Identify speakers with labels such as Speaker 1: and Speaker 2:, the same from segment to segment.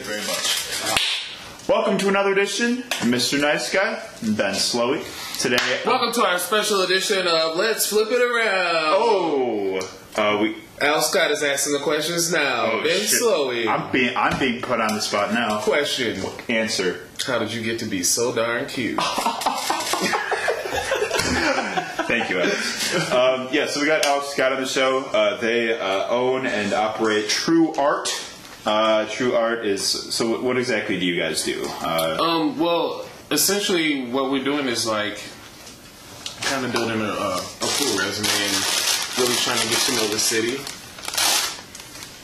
Speaker 1: very much. Welcome to another edition of Mr. Nice Guy and Ben Slowey. Today,
Speaker 2: Welcome to our special edition of Let's Flip It Around.
Speaker 1: oh, uh, we.
Speaker 2: Al Scott is asking the questions now.
Speaker 1: Oh,
Speaker 2: ben
Speaker 1: shit.
Speaker 2: Slowey.
Speaker 1: I'm being I'm being put on the spot now.
Speaker 2: Question
Speaker 1: Answer.
Speaker 2: How did you get to be so darn cute?
Speaker 1: Thank you, Alex. um, yeah, so we got Alex Scott on the show. Uh, they uh, own and operate True Art. Uh, True Art is so. What exactly do you guys do? Uh,
Speaker 2: um, well, essentially, what we're doing is like kind of building a, uh, a cool resume and really trying to get to know the city.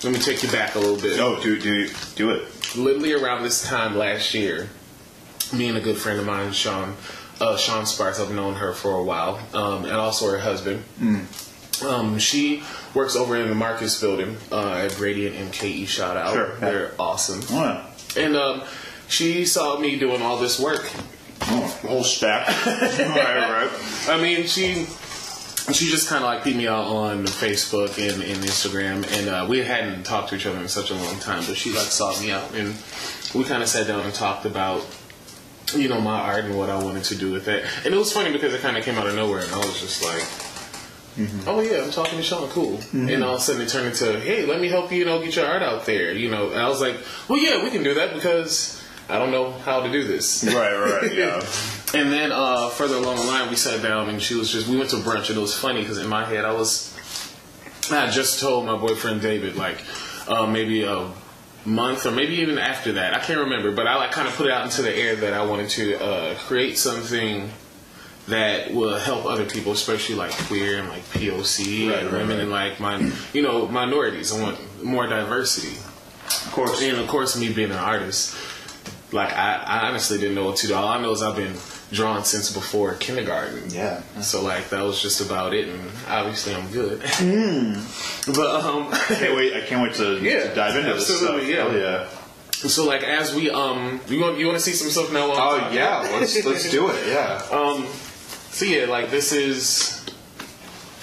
Speaker 2: Let me take you back a little bit.
Speaker 1: oh, do do do it.
Speaker 2: literally around this time last year, me and a good friend of mine, Sean, uh, Sean Sparks, I've known her for a while, um, and also her husband. Um, she works over in the Marcus building uh, at Radiant MKE. Shout out.
Speaker 1: Sure, yeah.
Speaker 2: They're awesome.
Speaker 1: Oh,
Speaker 2: And um, she saw me doing all this work.
Speaker 1: oh, whole stack. all right, right.
Speaker 2: I mean, she. She just kind of like peeped me out on Facebook and, and Instagram, and uh, we hadn't talked to each other in such a long time. But she like sought me out, and we kind of sat down and talked about you know my art and what I wanted to do with it. And it was funny because it kind of came out of nowhere, and I was just like,
Speaker 1: Mm-hmm.
Speaker 2: "Oh yeah, I'm talking to Sean, cool." And all of a sudden it turned into, "Hey, let me help you, you know, get your art out there." You know, and I was like, "Well, yeah, we can do that because I don't know how to do this."
Speaker 1: Right, right, yeah.
Speaker 2: And then uh, further along the line, we sat down and she was just. We went to brunch and it was funny because in my head I was, I had just told my boyfriend David like uh, maybe a month or maybe even after that I can't remember, but I like kind of put it out into the air that I wanted to uh, create something that will help other people, especially like queer and like POC
Speaker 1: Right,
Speaker 2: and
Speaker 1: right,
Speaker 2: women and like my you know minorities. I want more diversity
Speaker 1: Of course.
Speaker 2: and of course me being an artist like I, I honestly didn't know what to do all i know is i've been drawn since before kindergarten
Speaker 1: Yeah.
Speaker 2: so like that was just about it and obviously i'm good
Speaker 1: Hmm.
Speaker 2: but um
Speaker 1: Can't wait! I can't wait to, to
Speaker 2: Yeah,
Speaker 1: dive into
Speaker 2: absolutely,
Speaker 1: this stuff.
Speaker 2: yeah.
Speaker 1: Hell
Speaker 2: so like as we um you want you want to see some stuff now while I'm talking?
Speaker 1: Oh, Let's let's do it. Yeah.
Speaker 2: um so yeah like this is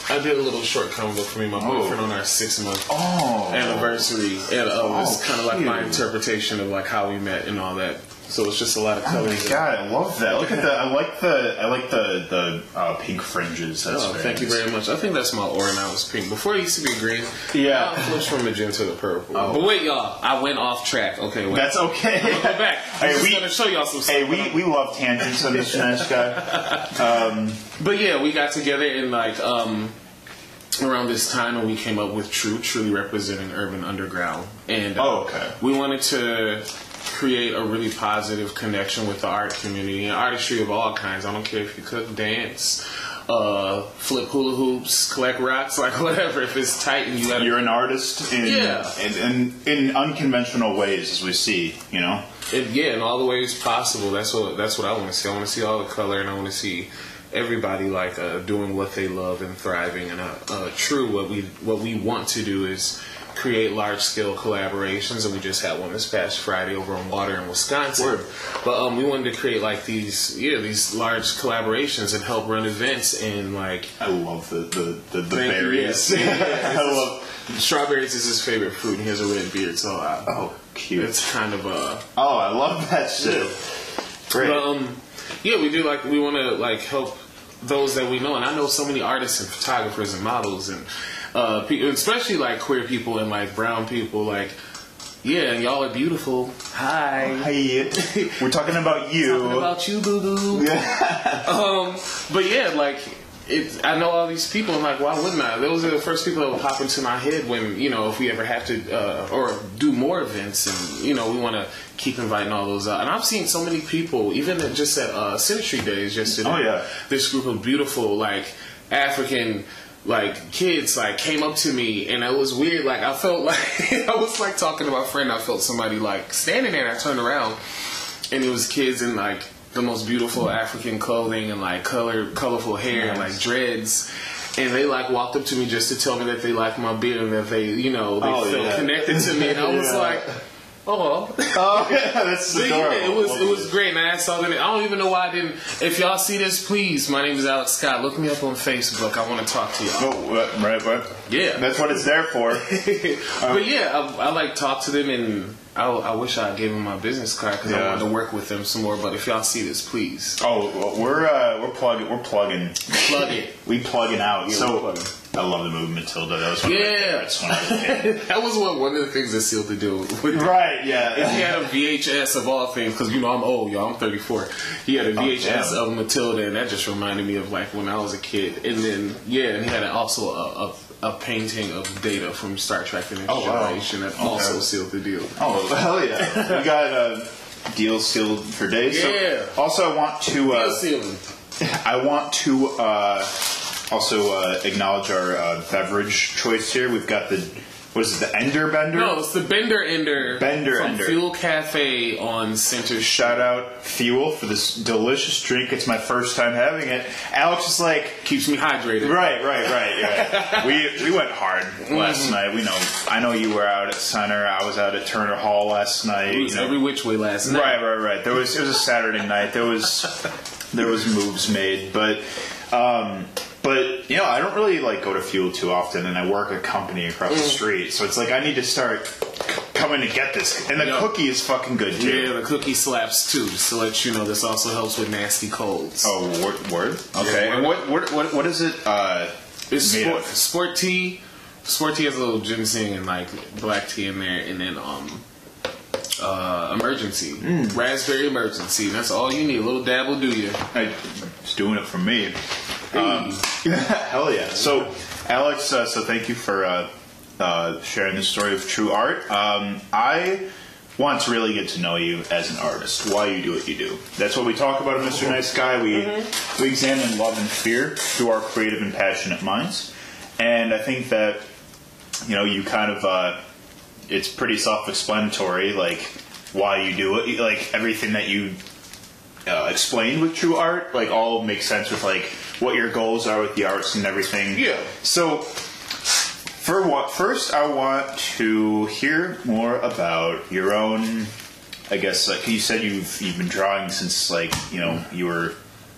Speaker 2: i did a little short comic book for me and my boyfriend on our six month
Speaker 1: Oh.
Speaker 2: anniversary and um, it's
Speaker 1: Oh,
Speaker 2: kind of like my
Speaker 1: cute.
Speaker 2: interpretation of like how we met and all that so it's just a lot of
Speaker 1: Oh
Speaker 2: colors
Speaker 1: my
Speaker 2: and-
Speaker 1: god, I love that. Look at the. I like the. I like the the uh, pink fringes. That's
Speaker 2: Oh,
Speaker 1: very
Speaker 2: thank you
Speaker 1: nice.
Speaker 2: very much. I think that's my aura now is pink. Before it used to be green.
Speaker 1: Yeah. Oh.
Speaker 2: Now it flips from magenta to purple. But wait, y'all. I went off track. Okay, wait.
Speaker 1: That's okay.
Speaker 2: Go back. I'm
Speaker 1: Hey,
Speaker 2: just
Speaker 1: we-
Speaker 2: gonna show y'all some stuff.
Speaker 1: Hey, we, we love tangents on this nice guy.
Speaker 2: But yeah, we got together and like um around this time and we came up with True, truly representing Urban Underground. And uh,
Speaker 1: Oh, okay.
Speaker 2: we wanted to create a really positive connection with the art community and artistry of all kinds. I don't care if you cook, dance, uh, flip hula hoops, collect rocks, like whatever. If it's tight and you got
Speaker 1: You're an artist in,
Speaker 2: Yeah.
Speaker 1: in, in in unconventional ways, as we see. You know.
Speaker 2: it, yeah, in all the ways possible. That's what that's what I want to see. I want to see all the color, and I want to see everybody like uh, doing what they love and thriving. And uh, uh, true, what we what we want to do is create large scale collaborations, and we just had one this past Friday over on Water in Wisconsin.
Speaker 1: Word.
Speaker 2: But um, we wanted to create like these yeah these large collaborations and help run events and like
Speaker 1: I love the the the, the
Speaker 2: Thank you,
Speaker 1: berries.
Speaker 2: yes. Yeah, yeah,
Speaker 1: I love.
Speaker 2: strawberries is his favorite fruit, and he has a red beard, so uh,
Speaker 1: Oh, cute.
Speaker 2: it's kind of uh
Speaker 1: Oh, I love that shit. Great.
Speaker 2: But, um, yeah, we do like we want to like help those that we know, and I know so many artists and photographers and models and uh, pe- especially like queer people and like brown people. Like, yeah, y'all are beautiful. Hi.
Speaker 1: hey, we're talking about you.
Speaker 2: Talking about you, boo boo. um, but yeah, like. It, I know all these people. I'm like, why wouldn't I? Those are the first people that would pop into my head when you know if we ever have to uh, or do more events, and you know we want to keep inviting all those out. And I've seen so many people, even at, just at uh, Century Days yesterday.
Speaker 1: Oh, yeah.
Speaker 2: this group of beautiful like African like kids like came up to me and it was weird like I felt like I was like talking to my friend I felt somebody like standing there and I turned around and it was kids in like the most beautiful African clothing and like color colorful hair and like dreads and they like walked up to me just to tell me that they liked my beard and that they you know they
Speaker 1: Oh,
Speaker 2: felt
Speaker 1: yeah.
Speaker 2: connected to me and I was
Speaker 1: Yeah.
Speaker 2: like Oh, well.
Speaker 1: Oh, yeah, that's
Speaker 2: But
Speaker 1: adorable.
Speaker 2: yeah, it was it was great, man. I saw them. I don't even know why I didn't. If y'all see this, please. My name is Alex Scott. Look me up on Facebook. I want to talk to y'all.
Speaker 1: Oh, what- right, what?
Speaker 2: Yeah.
Speaker 1: That's what it's there for.
Speaker 2: but yeah, I, I like talk to them and I, I wish I gave them my business card because I
Speaker 1: Yeah.
Speaker 2: wanted to work with them some more. But if y'all see this, please
Speaker 1: Oh, well, we're uh, we're plugging. We're plugging.
Speaker 2: plug it.
Speaker 1: We plugging out.
Speaker 2: we're
Speaker 1: so
Speaker 2: plugging.
Speaker 1: I love the movie Matilda. That was one of my
Speaker 2: Yeah.
Speaker 1: favorites when I was a kid.
Speaker 2: that was what one of the things that sealed the deal. When
Speaker 1: Right. Yeah.
Speaker 2: He had a VHS of all things because you know I'm old, y'all. I'm 34. He had a VHS
Speaker 1: Oh, damn.
Speaker 2: of Matilda, and that just reminded me of like when I was a kid. And then yeah, and he had also a, a, a painting of Data from Star Trek: The Next
Speaker 1: Oh, wow.
Speaker 2: Generation that
Speaker 1: Okay.
Speaker 2: also sealed the deal.
Speaker 1: Oh hell yeah! We got uh, deals sealed for days. So-
Speaker 2: Yeah.
Speaker 1: also, I want to.
Speaker 2: Deal
Speaker 1: Uh,
Speaker 2: sealing.
Speaker 1: I want to uh, also uh, acknowledge our uh, beverage choice here. We've got the what is it? The Ender Bender.
Speaker 2: No, it's the Bender Ender.
Speaker 1: Bender
Speaker 2: from
Speaker 1: Ender.
Speaker 2: Fuel Cafe on Center. Sh-
Speaker 1: Shout out Fuel for this delicious drink. It's my first time having it. Alex is like,
Speaker 2: Keeps me hydrated.
Speaker 1: Right, right, right, right. we we went hard last
Speaker 2: Mm-hmm.
Speaker 1: night. We know I know you were out at Center. I was out at Turner Hall last night.
Speaker 2: It was
Speaker 1: You know.
Speaker 2: every which way last night.
Speaker 1: Right, right, right. There was it was a Saturday night. There was there was moves made, but um, but you know I don't really like go to Fuel too often, and I work at company across
Speaker 2: Mm.
Speaker 1: the street, so it's like I need to start c- coming to get this. And the
Speaker 2: Yeah.
Speaker 1: cookie is fucking good too.
Speaker 2: Yeah, the cookie slaps too. Just to let you know, this also helps with nasty colds.
Speaker 1: Oh, word, word. Okay.
Speaker 2: Yeah,
Speaker 1: and
Speaker 2: word.
Speaker 1: what, what what what is it? Uh,
Speaker 2: It's
Speaker 1: made
Speaker 2: sport,
Speaker 1: of?
Speaker 2: sport tea. Sport tea has a little ginseng and like black tea in there, and then um, uh, emergency raspberry emergency. That's all you need. A little dab will do you.
Speaker 1: I, it's doing it for me. Um, hell yeah! So, Alex, uh, so thank you for uh, uh, sharing the story of true art. Um, I want to really get to know you as an artist, why you do what you do. That's what we talk about in Mr.
Speaker 2: Mm-hmm.
Speaker 1: Nice Guy. We we examine love and fear through our creative and passionate minds, and I think that you know you kind of uh, it's pretty self-explanatory, like why you do it, like everything that you uh, explained with true art, like all makes sense with like what your goals are with the arts and everything.
Speaker 2: Yeah.
Speaker 1: So for what first I want to hear more about your own I guess like you said you've you've been drawing since like, you know, you were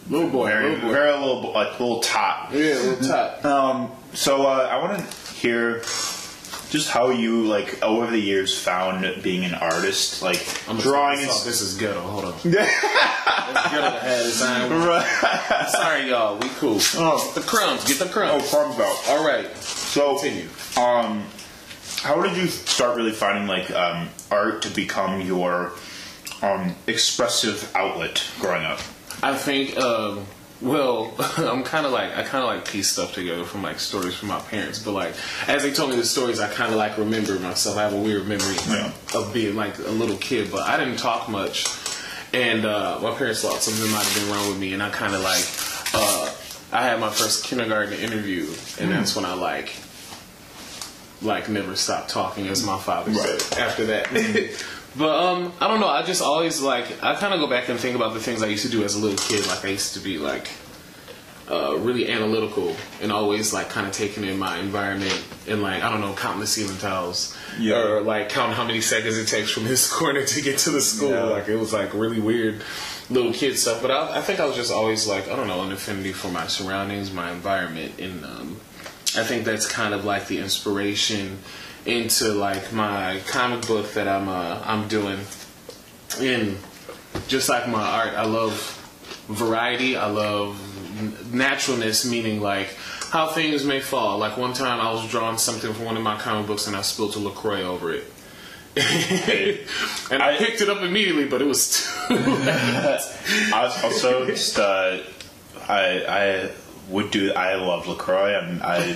Speaker 2: Little boy,
Speaker 1: very
Speaker 2: little boy.
Speaker 1: very little bo- like little tot.
Speaker 2: yeah, little top.
Speaker 1: Um, so uh, I want to hear just how you like over the years found being an artist, like
Speaker 2: I'm gonna
Speaker 1: drawing
Speaker 2: take
Speaker 1: and
Speaker 2: this, off.
Speaker 1: s-
Speaker 2: this is ghetto. Hold on. That's ghetto to have this iron. Sorry, y'all. We cool.
Speaker 1: Oh.
Speaker 2: Get the crumbs. Get the
Speaker 1: oh,
Speaker 2: crumbs.
Speaker 1: crumb belt.
Speaker 2: All right.
Speaker 1: So,
Speaker 2: Continue.
Speaker 1: um, how did you start really finding like um, art to become your um, expressive outlet growing up?
Speaker 2: I think, um, well, I'm kind of like, I kind of like piece stuff together from like stories from my parents, but like, as they told me the stories, I kind of like remember myself. I have a weird memory
Speaker 1: Yeah.
Speaker 2: of being like a little kid, but I didn't talk much. And uh, my parents thought something might have been wrong with me, and I kind of like, uh, I had my first kindergarten interview, and that's when I like like never stop talking as my father said after that. but um I don't know, I just always like I kinda go back and think about the things I used to do as a little kid. Like I used to be like uh, really analytical and always like kind of taking in my environment and like I don't know counting the ceiling tiles
Speaker 1: Yeah.
Speaker 2: or like counting how many seconds it takes from his corner to get to the school.
Speaker 1: Yeah.
Speaker 2: Like it was like really weird little kid stuff. But I, I think I was just always like I don't know an affinity for my surroundings, my environment, and um, I think that's kind of like the inspiration into like my comic book that I'm uh, I'm doing and just like my art, I love variety. I love n- naturalness, meaning like how things may fall. Like one time, I was drawing something from one of my comic books, and I spilled a Lacroix over it. and I, picked it up immediately, but it was too.
Speaker 1: I was also just uh, I I would do. I love Lacroix. I'm, I.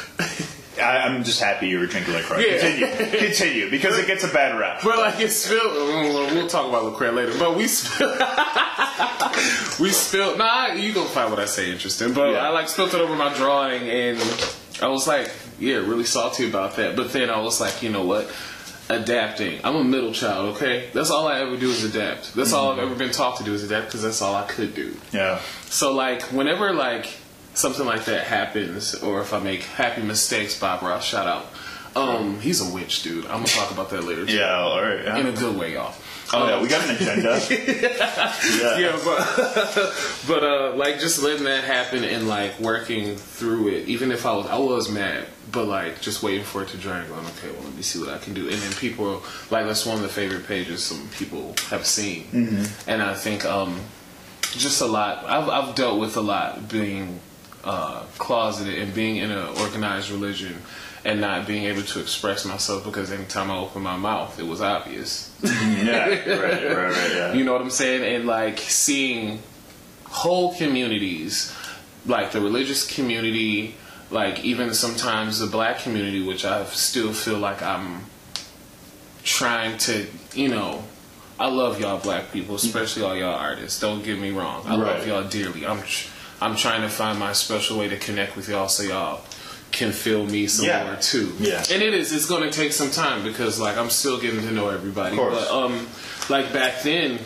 Speaker 1: I- I'm just happy you were drinking Lacroix.
Speaker 2: Yeah.
Speaker 1: Continue, continue, because it gets a bad rap.
Speaker 2: But like it spilled. We'll we'll talk about Lecrae later. But we spilled. we spilled. Nah, you gonna find what I say interesting. But
Speaker 1: Yeah.
Speaker 2: I like spilled it over my drawing, and I was like, yeah, really salty about that. But then I was like, you know what? Adapting. I'm a middle child. Okay, that's all I ever do is adapt. That's all I've ever been taught to do is adapt because that's all I could do.
Speaker 1: Yeah,
Speaker 2: So like whenever like something like that happens, or if I make happy mistakes, Bob Ross shout out. Um, he's a witch, dude. I'm gonna talk about that later.
Speaker 1: Yeah, all right.
Speaker 2: In
Speaker 1: yeah.
Speaker 2: a good way, y'all.
Speaker 1: Oh, yeah, we got an agenda. yeah.
Speaker 2: yeah, but but uh, like just letting that happen and like working through it, even if I was I was mad, but like just waiting for it to dry and going, okay, well let me see what I can do. And then people like that's one of the favorite pages some people have seen, and I think um, just a lot. I've I've dealt with a lot being uh, closeted and being in an organized religion. And not being able to express myself because anytime I opened my mouth, it was obvious.
Speaker 1: Yeah, right, right, right, yeah.
Speaker 2: You know what I'm saying? And like seeing whole communities, like the religious community, like even sometimes the black community, which I still feel like I'm trying to, you know, I love y'all black people, especially all y'all artists. Don't get me wrong. I
Speaker 1: Right.
Speaker 2: love y'all dearly. I'm tr- I'm trying to find my special way to connect with y'all so y'all can feel me some
Speaker 1: Yeah.
Speaker 2: more too.
Speaker 1: Yeah.
Speaker 2: And it is. It's going to take some time because like I'm still getting to know everybody.
Speaker 1: Of course.
Speaker 2: But um, like back then,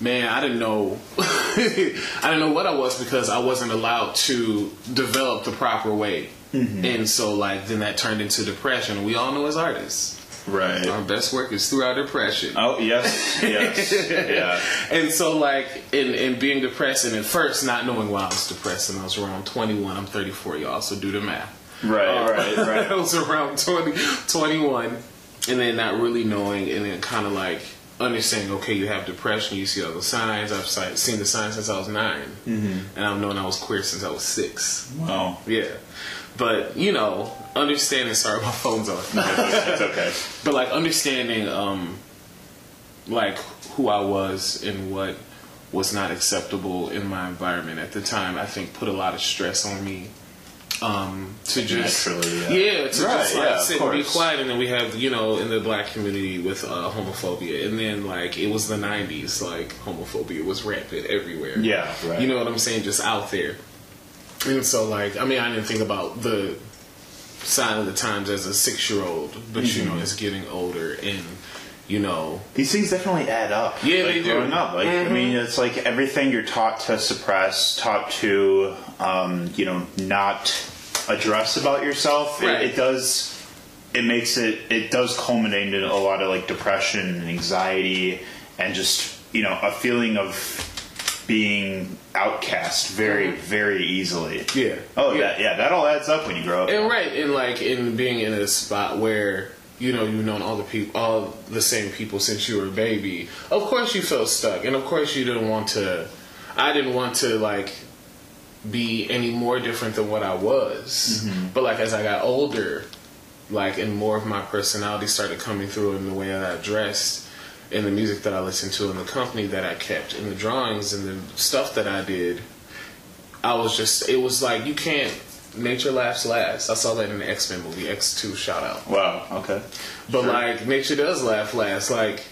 Speaker 2: man, I didn't know. I didn't know what I was because I wasn't allowed to develop the proper way.
Speaker 1: Mm-hmm.
Speaker 2: And so like then that turned into depression. We all know as artists,
Speaker 1: Right.
Speaker 2: our best work is through our depression.
Speaker 1: Oh yes, yes, yeah.
Speaker 2: And so, like, in, in being depressed, and at first not knowing why I was depressed, and I was around 21, I'm 34, y'all, so do the math.
Speaker 1: Right,
Speaker 2: Uh,
Speaker 1: right, right.
Speaker 2: I was around 20, 21, and then not really knowing, and then kind of like understanding, okay, you have depression, you see all the signs. I've si- seen the signs since I was 9 mm-hmm. and I've known I was queer since I was six.
Speaker 1: Wow.
Speaker 2: Yeah. But, you know, understanding, sorry, my phone's off
Speaker 1: It's okay.
Speaker 2: but like understanding um like who I was and what was not acceptable in my environment at the time I think put a lot of stress on me um to just
Speaker 1: Naturally, yeah.
Speaker 2: to
Speaker 1: Right,
Speaker 2: just like
Speaker 1: yeah, of
Speaker 2: sit and be
Speaker 1: course.
Speaker 2: quiet and then we have you know in the black community with uh, homophobia and then like it was the 90s like homophobia was rampant everywhere
Speaker 1: Yeah, right.
Speaker 2: you know what I'm saying just out there and so, like, I mean, I didn't think about the sign of the times as a six year old, but you know, it's getting older and, you know,
Speaker 1: These things definitely add up.
Speaker 2: Yeah,
Speaker 1: like,
Speaker 2: they do. Mm-hmm.
Speaker 1: Growing up, like I mean, it's like everything you're taught to suppress, taught to, um, you know, not address about yourself.
Speaker 2: Right.
Speaker 1: It, it does. It makes it. It does culminate in a lot of like depression and anxiety, and just you know a feeling of being outcast very, very easily.
Speaker 2: Mm-hmm. Yeah.
Speaker 1: Oh
Speaker 2: Yeah.
Speaker 1: That, yeah. That all adds up when you grow up.
Speaker 2: and right, and like, in being in a spot where, you know, you've known all the people, all the same people since you were a baby, of course you felt stuck, and of course you didn't want to, I didn't want to, like, be any more different than what I was. But like as I got older, like and more of my personality started coming through in the way that I dressed, in the music that I listened to, in the company that I kept, in the drawings and the stuff that I did. I was just it was like you can't nature laughs last. I saw that in the X Men movie X Two shout out.
Speaker 1: Wow. Okay.
Speaker 2: But
Speaker 1: Sure.
Speaker 2: like nature does laugh last. Like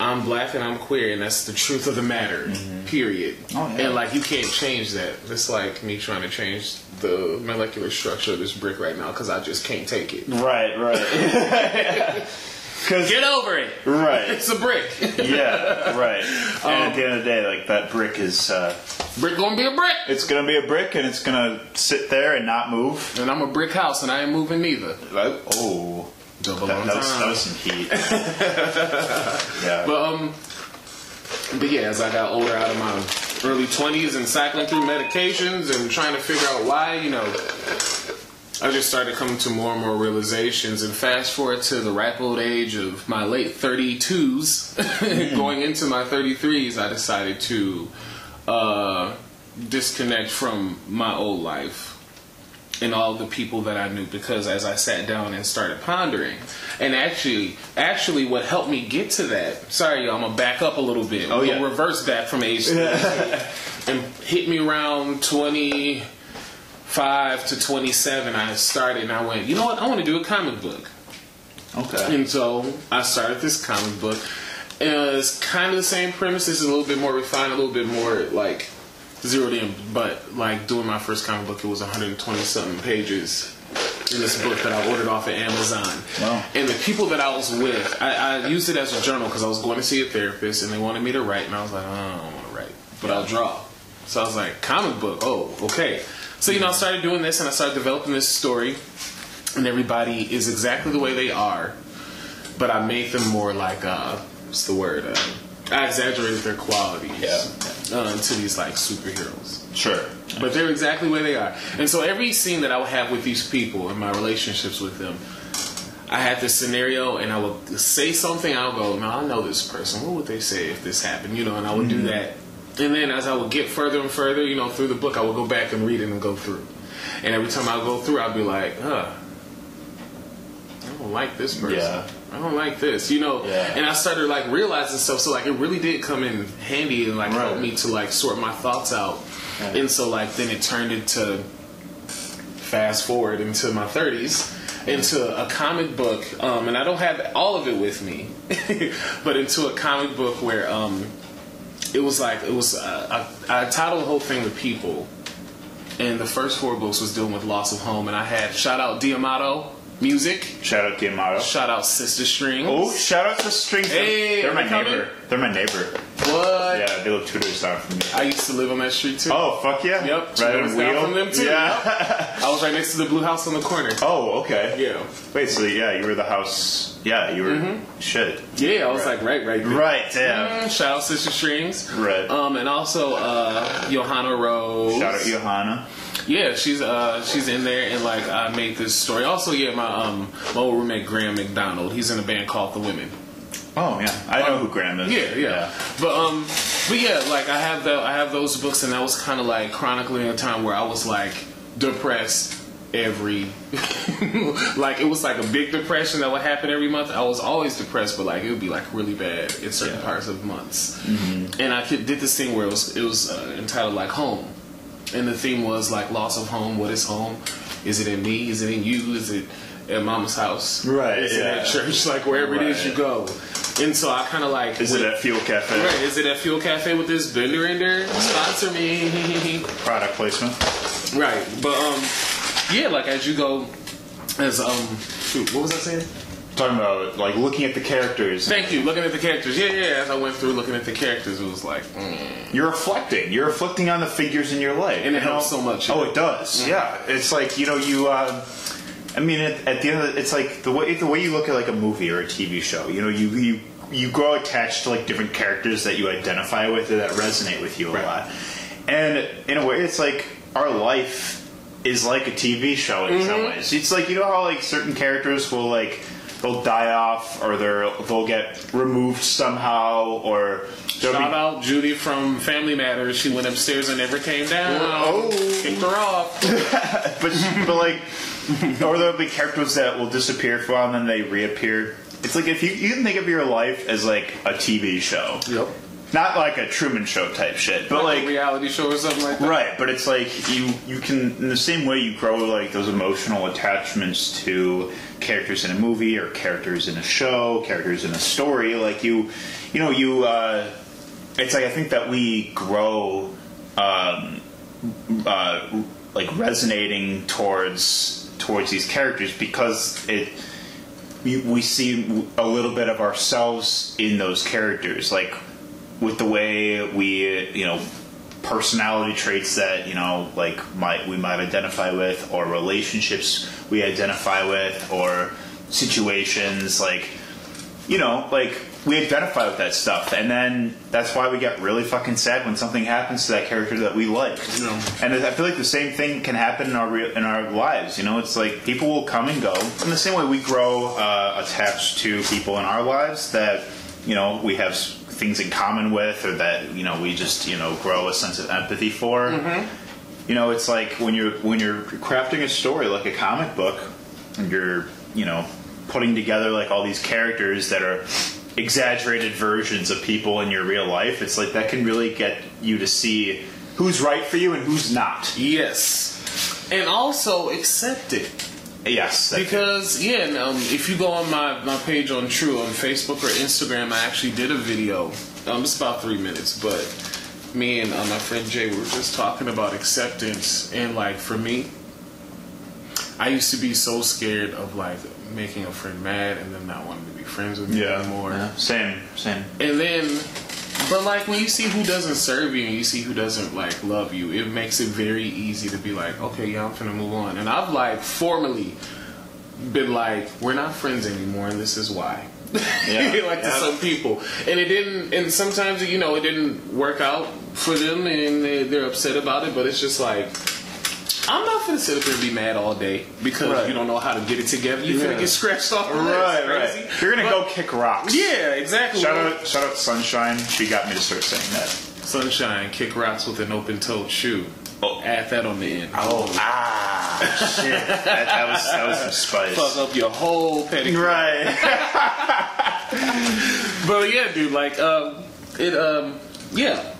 Speaker 2: I'm black and I'm queer, and that's the truth of the matter. Period.
Speaker 1: Oh, yeah.
Speaker 2: And like you can't change that. It's like me trying to change the molecular structure of this brick right now because I just can't take it.
Speaker 1: Right. Right. Because
Speaker 2: Get over it.
Speaker 1: right.
Speaker 2: It's a brick.
Speaker 1: Yeah, right. And
Speaker 2: Um,
Speaker 1: at the end of the day, like that brick is, uh,
Speaker 2: brick gonna be a brick.
Speaker 1: it's gonna be a brick, and it's gonna sit there and not move.
Speaker 2: And I'm a brick house, and I ain't moving neither.
Speaker 1: Like, oh,
Speaker 2: Double
Speaker 1: that,
Speaker 2: on
Speaker 1: that, was, that
Speaker 2: time.
Speaker 1: was some heat. yeah.
Speaker 2: But um, but yeah, as I got older, out of my early twenties and cycling through medications and trying to figure out why, you know, I just started coming to more and more realizations. And fast forward to the ripe old age of my late thirty twos, going into my thirty threes, I decided to uh, disconnect from my old life and all the people that I knew because as I sat down and started pondering, and actually, actually, what helped me get to that. Sorry, y'all, I'm gonna back up a little bit.
Speaker 1: Oh,
Speaker 2: I'm
Speaker 1: yeah.
Speaker 2: gonna reverse back from age and hit me around 25 to 27. I started and I went, you know what? I want to do a comic book.
Speaker 1: okay.
Speaker 2: And so I started this comic book. And it's kind of the same premise. It's a little bit more refined, a little bit more like zeroed in. But like doing my first comic book, it was 120 something pages in this book that I ordered off of Amazon.
Speaker 1: Wow.
Speaker 2: And the people that I was with, I, I used it as a journal because I was going to see a therapist and they wanted me to write. And I was like, oh, I don't want to write, but I'll draw. So I was like, comic book, oh, okay. So, you know, I started doing this and I started developing this story and everybody is exactly the way they are, but I make them more like uh, what's the word? Uh, I exaggerated their qualities
Speaker 1: Yeah.
Speaker 2: uh, to these like superheroes.
Speaker 1: Sure.
Speaker 2: But they're exactly where they are. And so every scene that I would have with these people and my relationships with them, I had this scenario and I would say something, I'll go, No, I know this person. What would they say if this happened? You know, and I would do
Speaker 1: Mm-hmm.
Speaker 2: that. And then as I would get further and further, you know, through the book, I would go back and read it and go through. And every time I go through, I'd be like, huh. I don't like this person.
Speaker 1: Yeah.
Speaker 2: I don't like this, you know.
Speaker 1: Yeah.
Speaker 2: And I started like realizing stuff, so like it really did come in handy and like
Speaker 1: Right.
Speaker 2: help me to like sort my thoughts out.
Speaker 1: Right.
Speaker 2: And so like then it turned into fast forward into my 30s into a comic book um, and i don't have all of it with me but into a comic book where um, it was like it was uh, I, I titled the whole thing with people and the first four books was dealing with loss of home and i had shout out diamato music
Speaker 1: Shout out Diamato.
Speaker 2: shout out sister string
Speaker 1: Oh, shout out to Strings.
Speaker 2: Hey,
Speaker 1: They're my
Speaker 2: they coming?
Speaker 1: neighbor. They're my neighbor.
Speaker 2: what
Speaker 1: Yeah, they live two doors down from me.
Speaker 2: i used to live on that street too
Speaker 1: Oh, fuck yeah.
Speaker 2: Yep, two
Speaker 1: Right
Speaker 2: doors
Speaker 1: on
Speaker 2: down
Speaker 1: wheel.
Speaker 2: from them too,
Speaker 1: Yeah.
Speaker 2: i was right next to the blue house on the corner
Speaker 1: oh, okay.
Speaker 2: yeah
Speaker 1: Wait, so yeah, you were the house. Yeah, you were. Shit.
Speaker 2: yeah i was
Speaker 1: Right.
Speaker 2: like right Mm-hmm. right there.
Speaker 1: Right, damn.
Speaker 2: Shout out Sister Strings.
Speaker 1: Right.
Speaker 2: Um, and also uh, Johanna Rose.
Speaker 1: Shout out Johanna.
Speaker 2: Yeah, she's uh she's in there and like I made this story. Also, yeah, my um my old roommate Graham McDonald. He's in a band called The Women.
Speaker 1: Oh, yeah. I know who Graham is.
Speaker 2: Yeah, yeah. But um, but yeah, like I have the I have those books, and that was kind of like chronicling a time where I was like depressed every like it was like a big depression that would happen every month i was always depressed but like it would be like really bad in certain parts of months and i could, did this thing where it was it was uh, entitled like home and the theme was like loss of home what is home is it in me is it in you is it at mama's house
Speaker 1: Right,
Speaker 2: is it at
Speaker 1: yeah.
Speaker 2: church like wherever it is
Speaker 1: Right.
Speaker 2: you go and so i kind of like
Speaker 1: Is it at Fuel Cafe?
Speaker 2: Right, is it at Fuel Cafe with this Bender Render? Sponsor me.
Speaker 1: Product placement.
Speaker 2: right, but um, yeah, like as you go, as um, shoot, what was I saying?
Speaker 1: Talking about like looking at the characters.
Speaker 2: Thank you. Looking at the characters, yeah, yeah. As I went through looking at the characters, it was like, mm.
Speaker 1: You're reflecting. You're reflecting on the figures in your life,
Speaker 2: And it
Speaker 1: you know?
Speaker 2: helps so much, yeah.
Speaker 1: Oh, it does. Yeah, it's like you know you. Uh, I mean, at, at the end, of the, it's like the way the way you look at like a movie or a TV show. You know, you you you grow attached to like different characters that you identify with or that resonate with you a lot. And in a way, it's like our life is like a TV show in
Speaker 2: Mm-hmm.
Speaker 1: some ways. It's like you know how like certain characters will like they'll die off or they're they'll get removed somehow or they'll
Speaker 2: shout out Judy from Family Matters. She went upstairs and never came down.
Speaker 1: Oh.
Speaker 2: kicked her off.
Speaker 1: but but like, or there'll be characters that will disappear for a while and then they reappear. It's like if you you can think of your life as like a TV show,
Speaker 2: Yep.
Speaker 1: not like a Truman Show type shit, but
Speaker 2: a
Speaker 1: like.
Speaker 2: reality show or something like that.
Speaker 1: Right, but it's like you you can in the same way you grow like those emotional attachments to characters in a movie or characters in a show, characters in a story. Like you, you know, you. Uh, it's like I think that we grow um, uh, like resonating towards towards these characters because it we, we see a little bit of ourselves in those characters like with the way we you know personality traits that you know like might we might identify with or relationships we identify with or situations like you know, like we identify with that stuff, and then that's why we get really fucking sad when something happens to that character that we like.
Speaker 2: Yeah.
Speaker 1: And I feel like the same thing can happen in our real in our lives. You know, it's like people will come and go. In the same way, we grow uh, attached to people in our lives that you know we have s- things in common with, or that you know we just you know grow a sense of empathy for. You know, it's like when you're when you're crafting a story like a comic book, and you're you know putting together like all these characters that are exaggerated versions of people in your real life. It's like that can really get you to see who's right for you and who's not.
Speaker 2: Yes, and also accept it.
Speaker 1: Yes, that-
Speaker 2: Because yeah, and, um, if you go on my, my page on True on Facebook or Instagram, I actually did a video. Um, it's about three minutes, but me and uh, my friend Jay were just talking about acceptance and like for me, I used to be so scared of like making a friend mad and them not wanting to be friends with me anymore.
Speaker 1: Yeah. Same, same.
Speaker 2: And then, but like when you see who doesn't serve you and you see who doesn't like love you, it makes it very easy to be like, okay, yeah, I'm finna move on. And I've like formally been like, we're not friends anymore, and this is why.
Speaker 1: Yeah,
Speaker 2: like to
Speaker 1: yeah.
Speaker 2: some people, and it didn't. And sometimes you know it didn't work out for them, and they, they're upset about it. But it's just like. I'm not gonna sit up here and be mad all day because
Speaker 1: Right.
Speaker 2: you don't know how to get it together. You're
Speaker 1: Yeah.
Speaker 2: gonna get scratched off. the list.
Speaker 1: Right,
Speaker 2: Crazy.
Speaker 1: right. You're gonna go kick rocks.
Speaker 2: Yeah, exactly.
Speaker 1: Shout out, shout out, Sunshine. She got me to start saying that.
Speaker 2: Sunshine, kick rocks with an open-toed shoe.
Speaker 1: Oh.
Speaker 2: Add that on the end.
Speaker 1: ah, shit. That, that was that was some spice.
Speaker 2: fuck up your whole petty.
Speaker 1: Right.
Speaker 2: But yeah, dude, like, um, it, um, yeah,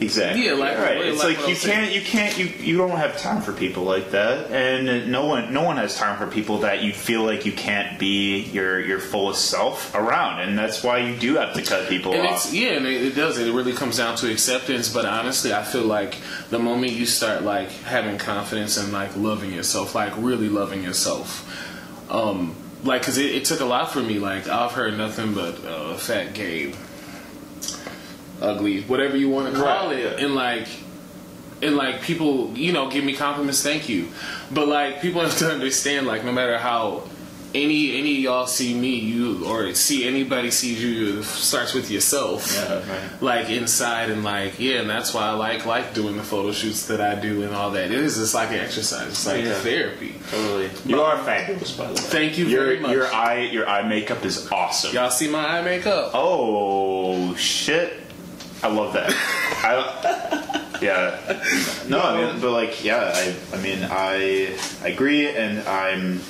Speaker 1: Exactly.
Speaker 2: Yeah, like-
Speaker 1: right.
Speaker 2: like-
Speaker 1: it's
Speaker 2: like
Speaker 1: like,
Speaker 2: what
Speaker 1: you
Speaker 2: I'm saying.
Speaker 1: can't, you can't, you you don't have time for people like that, and no one, no one has time for people that you feel like you can't be your your fullest self around, and that's why you do have to cut people
Speaker 2: and
Speaker 1: off.
Speaker 2: it's yeah, and it, it does. It really comes down to acceptance. But honestly, I feel like the moment you start like having confidence and like loving yourself, like really loving yourself, um, like, cause it, it took a lot for me. Like, I've heard nothing but uh, fat Gabe, ugly, whatever you want to call
Speaker 1: Right,
Speaker 2: it,
Speaker 1: yeah.
Speaker 2: and like. and like people, you know, give me compliments, thank you. But like people have to understand, like no matter how any any of y'all see me, you or see anybody sees you, it starts with yourself.
Speaker 1: Yeah, right.
Speaker 2: Like inside and like yeah, and that's why I like like doing the photo shoots that I do and all that. It is just like an exercise, it's like
Speaker 1: Yeah.
Speaker 2: therapy.
Speaker 1: Totally. You are fabulous, by the way.
Speaker 2: Thank you
Speaker 1: Your
Speaker 2: very much.
Speaker 1: your eye your eye makeup is awesome.
Speaker 2: Y'all see my eye makeup?
Speaker 1: Oh shit! I love that. I, yeah. No, I mean, but like, yeah. I, I mean, I, I agree, and I'm,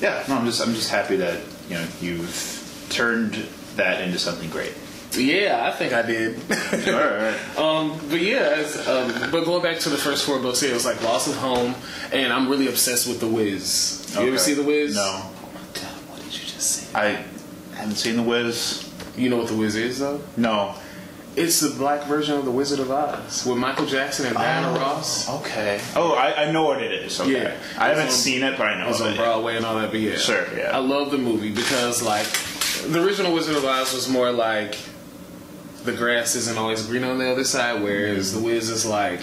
Speaker 1: yeah. No, I'm just, I'm just happy that you know you've turned that into something great.
Speaker 2: Yeah, I think I did.
Speaker 1: All right.
Speaker 2: Um, but yeah, it's, um, but going back to the first four books, yeah, it was like Loss of Home, and I'm really obsessed with The Wiz. You ever
Speaker 1: Okay.
Speaker 2: see The Wiz?
Speaker 1: No,
Speaker 2: Oh my god, what did you just say?
Speaker 1: I haven't seen The Wiz.
Speaker 2: You know what The Wiz is though?
Speaker 1: No.
Speaker 2: It's the black version of The Wizard of Oz with Michael Jackson and Diana
Speaker 1: Oh.
Speaker 2: Ross.
Speaker 1: Okay. Oh, I, I know what it is. Okay.
Speaker 2: Yeah.
Speaker 1: I haven't
Speaker 2: It's on-
Speaker 1: seen it, but I know
Speaker 2: It was
Speaker 1: of
Speaker 2: on
Speaker 1: it.
Speaker 2: Broadway and all that, but yeah.
Speaker 1: Sure, yeah.
Speaker 2: I love the movie because like the original Wizard of Oz was more like the grass isn't always green on the other side, whereas the Wiz is like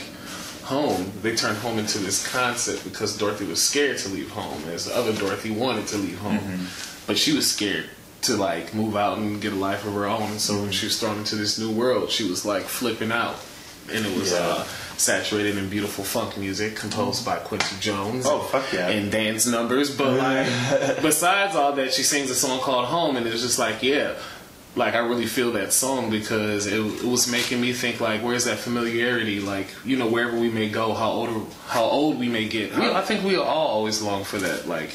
Speaker 2: home. They turned home into this concept because Dorothy was scared to leave home, as the other Dorothy wanted to leave home,
Speaker 1: Mm-hmm.
Speaker 2: but she was scared to like move out and get a life of her own. And
Speaker 1: Mm-hmm.
Speaker 2: so when she was thrown into this new world, she was like flipping out, and it was.
Speaker 1: Yeah.
Speaker 2: Uh, Saturated in beautiful funk music composed by Quincy Jones.
Speaker 1: Oh, fuck yeah.
Speaker 2: And dance numbers, but like besides all that, she sings a song called Home, and it's just like, yeah, like I really feel that song because it, it was making me think like, where's that familiarity? Like, you know, wherever we may go, how old how old we may get. We, I think we all always long for that, like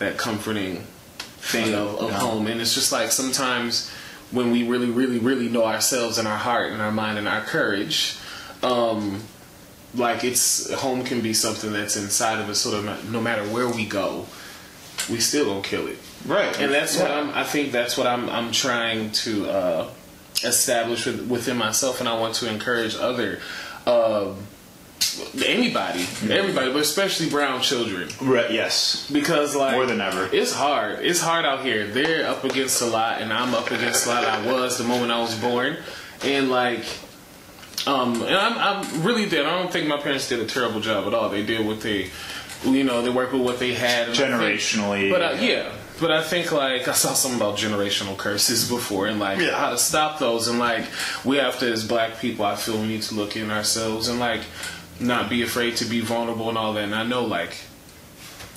Speaker 2: that comforting thing of, of
Speaker 1: Yeah.
Speaker 2: home, and it's just like sometimes when we really, really, really know ourselves and our heart and our mind and our courage. Um, like it's home can be something that's inside of us so that no- no matter where we go we still gonna kill it
Speaker 1: Right.
Speaker 2: and that's what
Speaker 1: Yeah.
Speaker 2: i'm i think that's what i'm i'm trying to uh establish with, within myself and i want to encourage other uh anybody everybody but especially brown children
Speaker 1: Right. Yes.
Speaker 2: because like
Speaker 1: More than ever.
Speaker 2: it's hard it's hard out here they're up against a lot and i'm up against a lot i was the moment i was born and like um and i'm, I'm really did i don't think my parents did a terrible job at all they did what they you know they worked with what they had and I think-
Speaker 1: Generationally.
Speaker 2: but uh, yeah but i think like i saw something about generational curses before and like
Speaker 1: Yeah.
Speaker 2: how to stop those and like we have to as black people i feel we need to look in ourselves and like not be afraid to be vulnerable and all that and i know like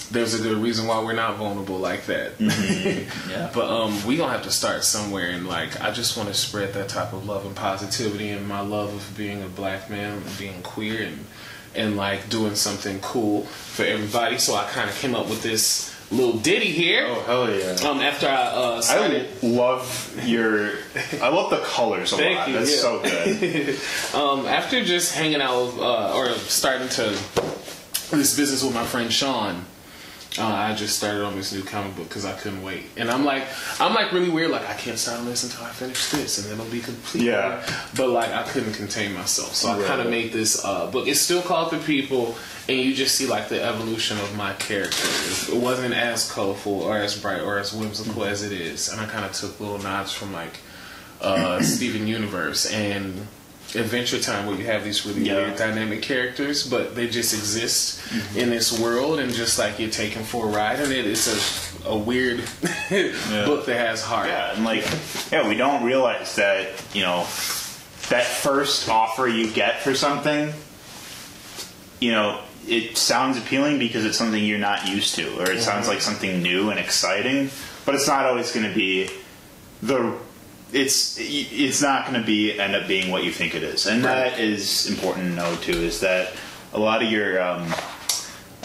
Speaker 2: there's a good reason why we're not vulnerable like that.
Speaker 1: Yeah.
Speaker 2: But um, we gonna have to start somewhere, and like I just want to spread that type of love and positivity, and my love of being a black man, and being queer, and and like doing something cool for everybody. So I kind of came up with this little ditty here.
Speaker 1: Oh hell yeah!
Speaker 2: Um, after I uh,
Speaker 1: I
Speaker 2: started,
Speaker 1: love your. I love the colors a
Speaker 2: Thank
Speaker 1: lot.
Speaker 2: you,
Speaker 1: That's
Speaker 2: yeah.
Speaker 1: so good.
Speaker 2: um, after just hanging out with, uh, or starting to this business with my friend Sean, uh, I just started on this new comic book because I couldn't wait. And I'm like, I'm like really weird. Like I can't start on this until I finish this, and then it'll be complete.
Speaker 1: Yeah.
Speaker 2: But like I couldn't contain myself, so I
Speaker 1: Right.
Speaker 2: kind of made this uh, book. It's still called The People, and you just see like the evolution of my character. It wasn't as colorful or as bright or as whimsical
Speaker 1: Mm-hmm.
Speaker 2: as it is, and I kind of took little nods from like uh, Steven Universe and Adventure Time where you have these really
Speaker 3: Yeah.
Speaker 2: weird dynamic characters, but they just exist in this world and just like you're taken for a ride and it. It's a, a weird book that has heart.
Speaker 1: Yeah, and like, yeah, we don't realize that, you know, that first offer you get for something, you know, it sounds appealing because it's something you're not used to, or it sounds like something new and exciting, but it's not always going to be the. It's it's not going to be end up being what you think it is, and that is important to know too. Is that a lot of your um,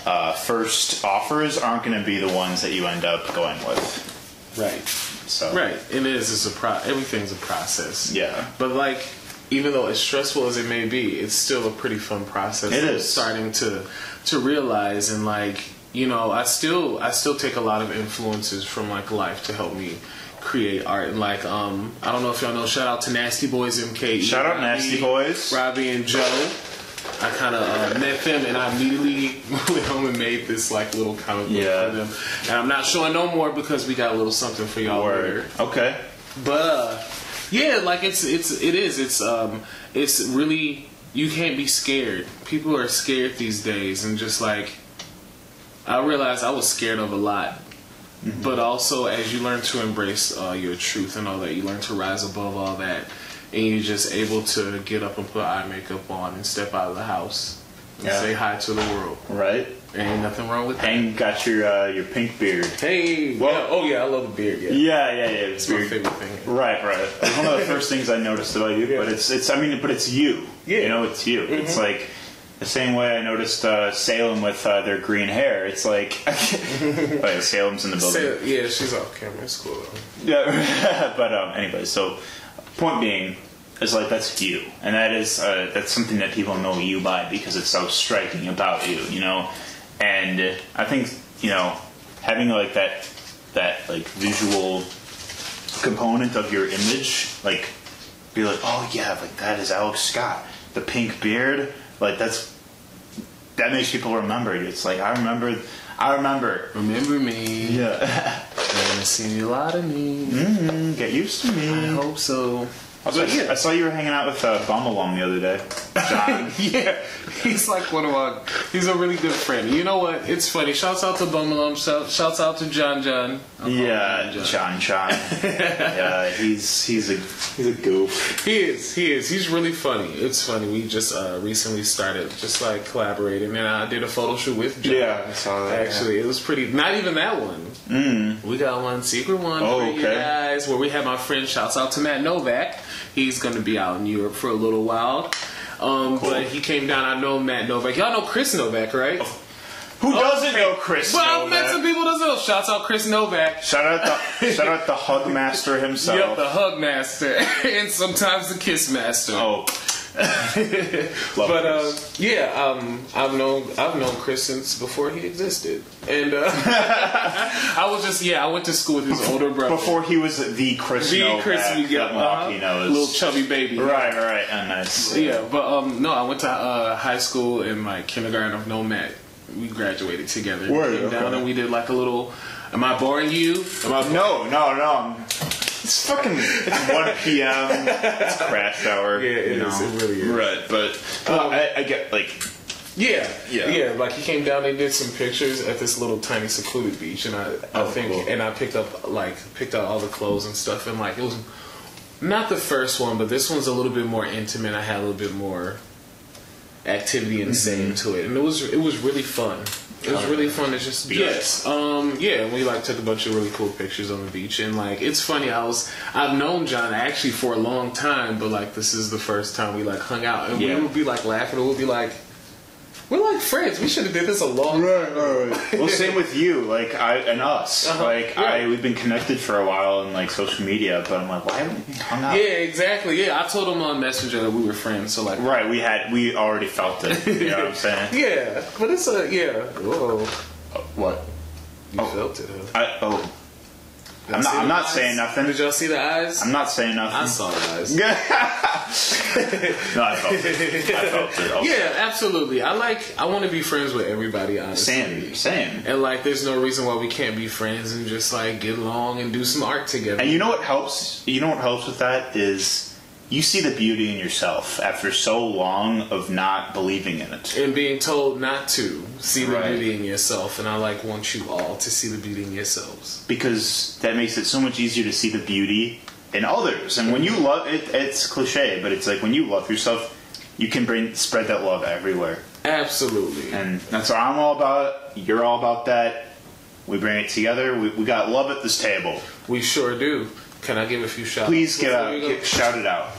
Speaker 1: uh, first offers aren't going to be the ones that you end up going with.
Speaker 2: Right.
Speaker 1: So
Speaker 2: Right. It is. It's a pro. Everything's a process.
Speaker 1: Yeah.
Speaker 2: But like, even though as stressful as it may be, it's still a pretty fun process.
Speaker 1: It
Speaker 2: I'm
Speaker 1: is.
Speaker 2: starting to to realize and like you know I still I still take a lot of influences from like life to help me create art and like um I don't know if y'all know shout out to Nasty Boys MK
Speaker 1: Shout out Nasty Boys.
Speaker 2: Robbie and Joe. I kind of uh, met them and I immediately went home and made this like little comic book
Speaker 1: Yeah.
Speaker 2: for them. And I'm not showing no more because we got a little something for y'all later.
Speaker 1: Word. Okay.
Speaker 2: But uh, yeah, like it's it's it is it's um it's really you can't be scared. People are scared these days, and just like I realized I was scared of a lot. But also, as you learn to embrace uh, your truth and all that, you learn to rise above all that, and you're just able to get up and put eye makeup on and step out of the house and
Speaker 1: Yeah.
Speaker 2: say hi to the world.
Speaker 1: Right.
Speaker 2: Ain't nothing wrong with that.
Speaker 1: Hang got your uh, your pink beard.
Speaker 2: Hey, yeah, oh yeah, I love the beard. Yeah,
Speaker 1: Yeah, yeah, yeah. It's
Speaker 2: it's my
Speaker 1: weird.
Speaker 2: favorite thing.
Speaker 1: Right, right. It's one of the first things I noticed about you. But it's it's I mean, but it's you.
Speaker 2: Yeah.
Speaker 1: You know, it's you. It's like the same way I noticed uh, Salem with uh, their green hair. It's like Wait, Salem's in the building.
Speaker 2: Say- yeah, she's off camera. It's cool. Though.
Speaker 1: Yeah, but um, anyway, so point being is like that's you, and that is uh, that's something that people know you by because it's so striking about you, you know. And I think you know having like that that like visual component of your image, like be like, oh yeah, like that is Alex Scott, the pink beard, like that's that makes people remember you. It's like I remember, I remember.
Speaker 2: Remember me.
Speaker 1: Yeah,
Speaker 2: You're gonna see a lot of me.
Speaker 1: get used to me.
Speaker 2: I hope so.
Speaker 1: Also, Mm-hmm. I, I saw you were hanging out with uh, Bumbalong the other day. John.
Speaker 2: Yeah, he's like one of our. He's a really good friend. You know what? It's funny. Shouts out to Bumalum. Shout, shouts out to John John. I'll call him
Speaker 1: yeah,
Speaker 2: John John.
Speaker 1: John John. yeah, he's he's a he's a goof.
Speaker 2: He is. He is. He's really funny. It's funny. We just uh, recently started just like collaborating, and I did a photo shoot with John.
Speaker 3: I saw that.
Speaker 2: Actually, it was pretty. Not even that one. Mm. We got one secret one
Speaker 1: Oh,
Speaker 2: for you
Speaker 1: okay.
Speaker 2: guys, where we have my friend. Shouts out to Matt Novak. He's going to be out in Europe for a little while. Um, But he came down. I know Matt Novak. Y'all know Chris Novak, right?
Speaker 1: Who doesn't know Chris?
Speaker 2: Oh, well, I've met
Speaker 1: Novak?
Speaker 2: some people that know. Shouts out Chris Novak.
Speaker 1: Shout out the shout out the Hug Master himself.
Speaker 2: Yep, the hug master, and sometimes the kiss master.
Speaker 1: oh, love
Speaker 2: But uh,
Speaker 1: Chris.
Speaker 2: yeah, um, I've known I've known Chris since before he existed, and uh, I was just yeah, I went to school with his older brother.
Speaker 1: before he was the Chris
Speaker 2: The
Speaker 1: Novak
Speaker 2: Chris
Speaker 1: that
Speaker 2: Novak,
Speaker 1: Milwaukee
Speaker 2: uh-huh.
Speaker 1: knows.
Speaker 2: little chubby baby.
Speaker 1: right, right, and nice.
Speaker 2: Yeah, but um, no, I went to uh, high school and like kindergarten of Nomad. We graduated together.
Speaker 1: Word,
Speaker 2: we came down
Speaker 1: okay.
Speaker 2: and we did like a little. Am I boring you? Am I
Speaker 1: No, no, no. It's fucking it's 1 p.m. It's crash hour.
Speaker 2: Yeah, it
Speaker 1: you
Speaker 2: is,
Speaker 1: know.
Speaker 2: it really is. Um,
Speaker 1: Right, but uh, I, I get like
Speaker 2: Yeah,
Speaker 1: Yeah.
Speaker 2: yeah. Like he came down and did some pictures at this little tiny secluded beach, and I, I
Speaker 1: Oh,
Speaker 2: think,
Speaker 1: cool.
Speaker 2: and I picked up like picked out all the clothes and stuff, and like it was not the first one, but this one's a little bit more intimate. I had a little bit more activity and
Speaker 1: Mm-hmm.
Speaker 2: saying to it, and it was it was really fun. It was really fun to just
Speaker 1: Beach.
Speaker 2: yes, um, yeah. and We like took a bunch of really cool pictures on the beach, and like it's funny. I was I've known John actually for a long time, but like this is the first time we like hung out, and
Speaker 1: Yeah.
Speaker 2: we would be like laughing. We'll be like, we're like friends. We should have did this a long.
Speaker 1: Right, right, right. well, same with you, like I and us.
Speaker 2: Uh-huh.
Speaker 1: Like
Speaker 2: Yeah.
Speaker 1: I, we've been connected for a while in like social media, but I'm like, why haven't we hung out?
Speaker 2: Yeah, exactly. Yeah, I told him on Messenger that we were friends, so like.
Speaker 1: Right, we had we already felt it. You know what I'm saying? Uh,
Speaker 2: Yeah, but it's a yeah. Whoa, you
Speaker 1: what?
Speaker 2: felt it. Huh?
Speaker 1: I, oh, I'm not.
Speaker 2: See
Speaker 1: I'm
Speaker 2: the
Speaker 1: not
Speaker 2: eyes?
Speaker 1: saying nothing.
Speaker 2: Did y'all see the eyes?
Speaker 1: I'm not saying nothing.
Speaker 2: I saw the eyes.
Speaker 1: no, I felt it. I felt it. Also.
Speaker 2: Yeah, absolutely. I like. I want to be friends with everybody. Honestly.
Speaker 1: Same, same.
Speaker 2: And like, there's no reason why we can't be friends and just like get along and do some art together.
Speaker 1: And you know what helps? You know what helps with that is you see the beauty in yourself after so long of not believing in it.
Speaker 2: and being told not to see the
Speaker 4: Right.
Speaker 2: beauty in yourself, and I like want you all to see the beauty in yourselves.
Speaker 1: because that makes it so much easier to see the beauty in others. And when you love it, it's cliche, but it's like when you love yourself, you can bring spread that love everywhere.
Speaker 2: Absolutely.
Speaker 1: And that's what I'm all about. You're all about that. We bring it together. We, we got love at this table.
Speaker 2: We sure do. Can I give a few shout
Speaker 1: Please get
Speaker 2: before
Speaker 1: out,
Speaker 2: we go?
Speaker 1: get, shout it out.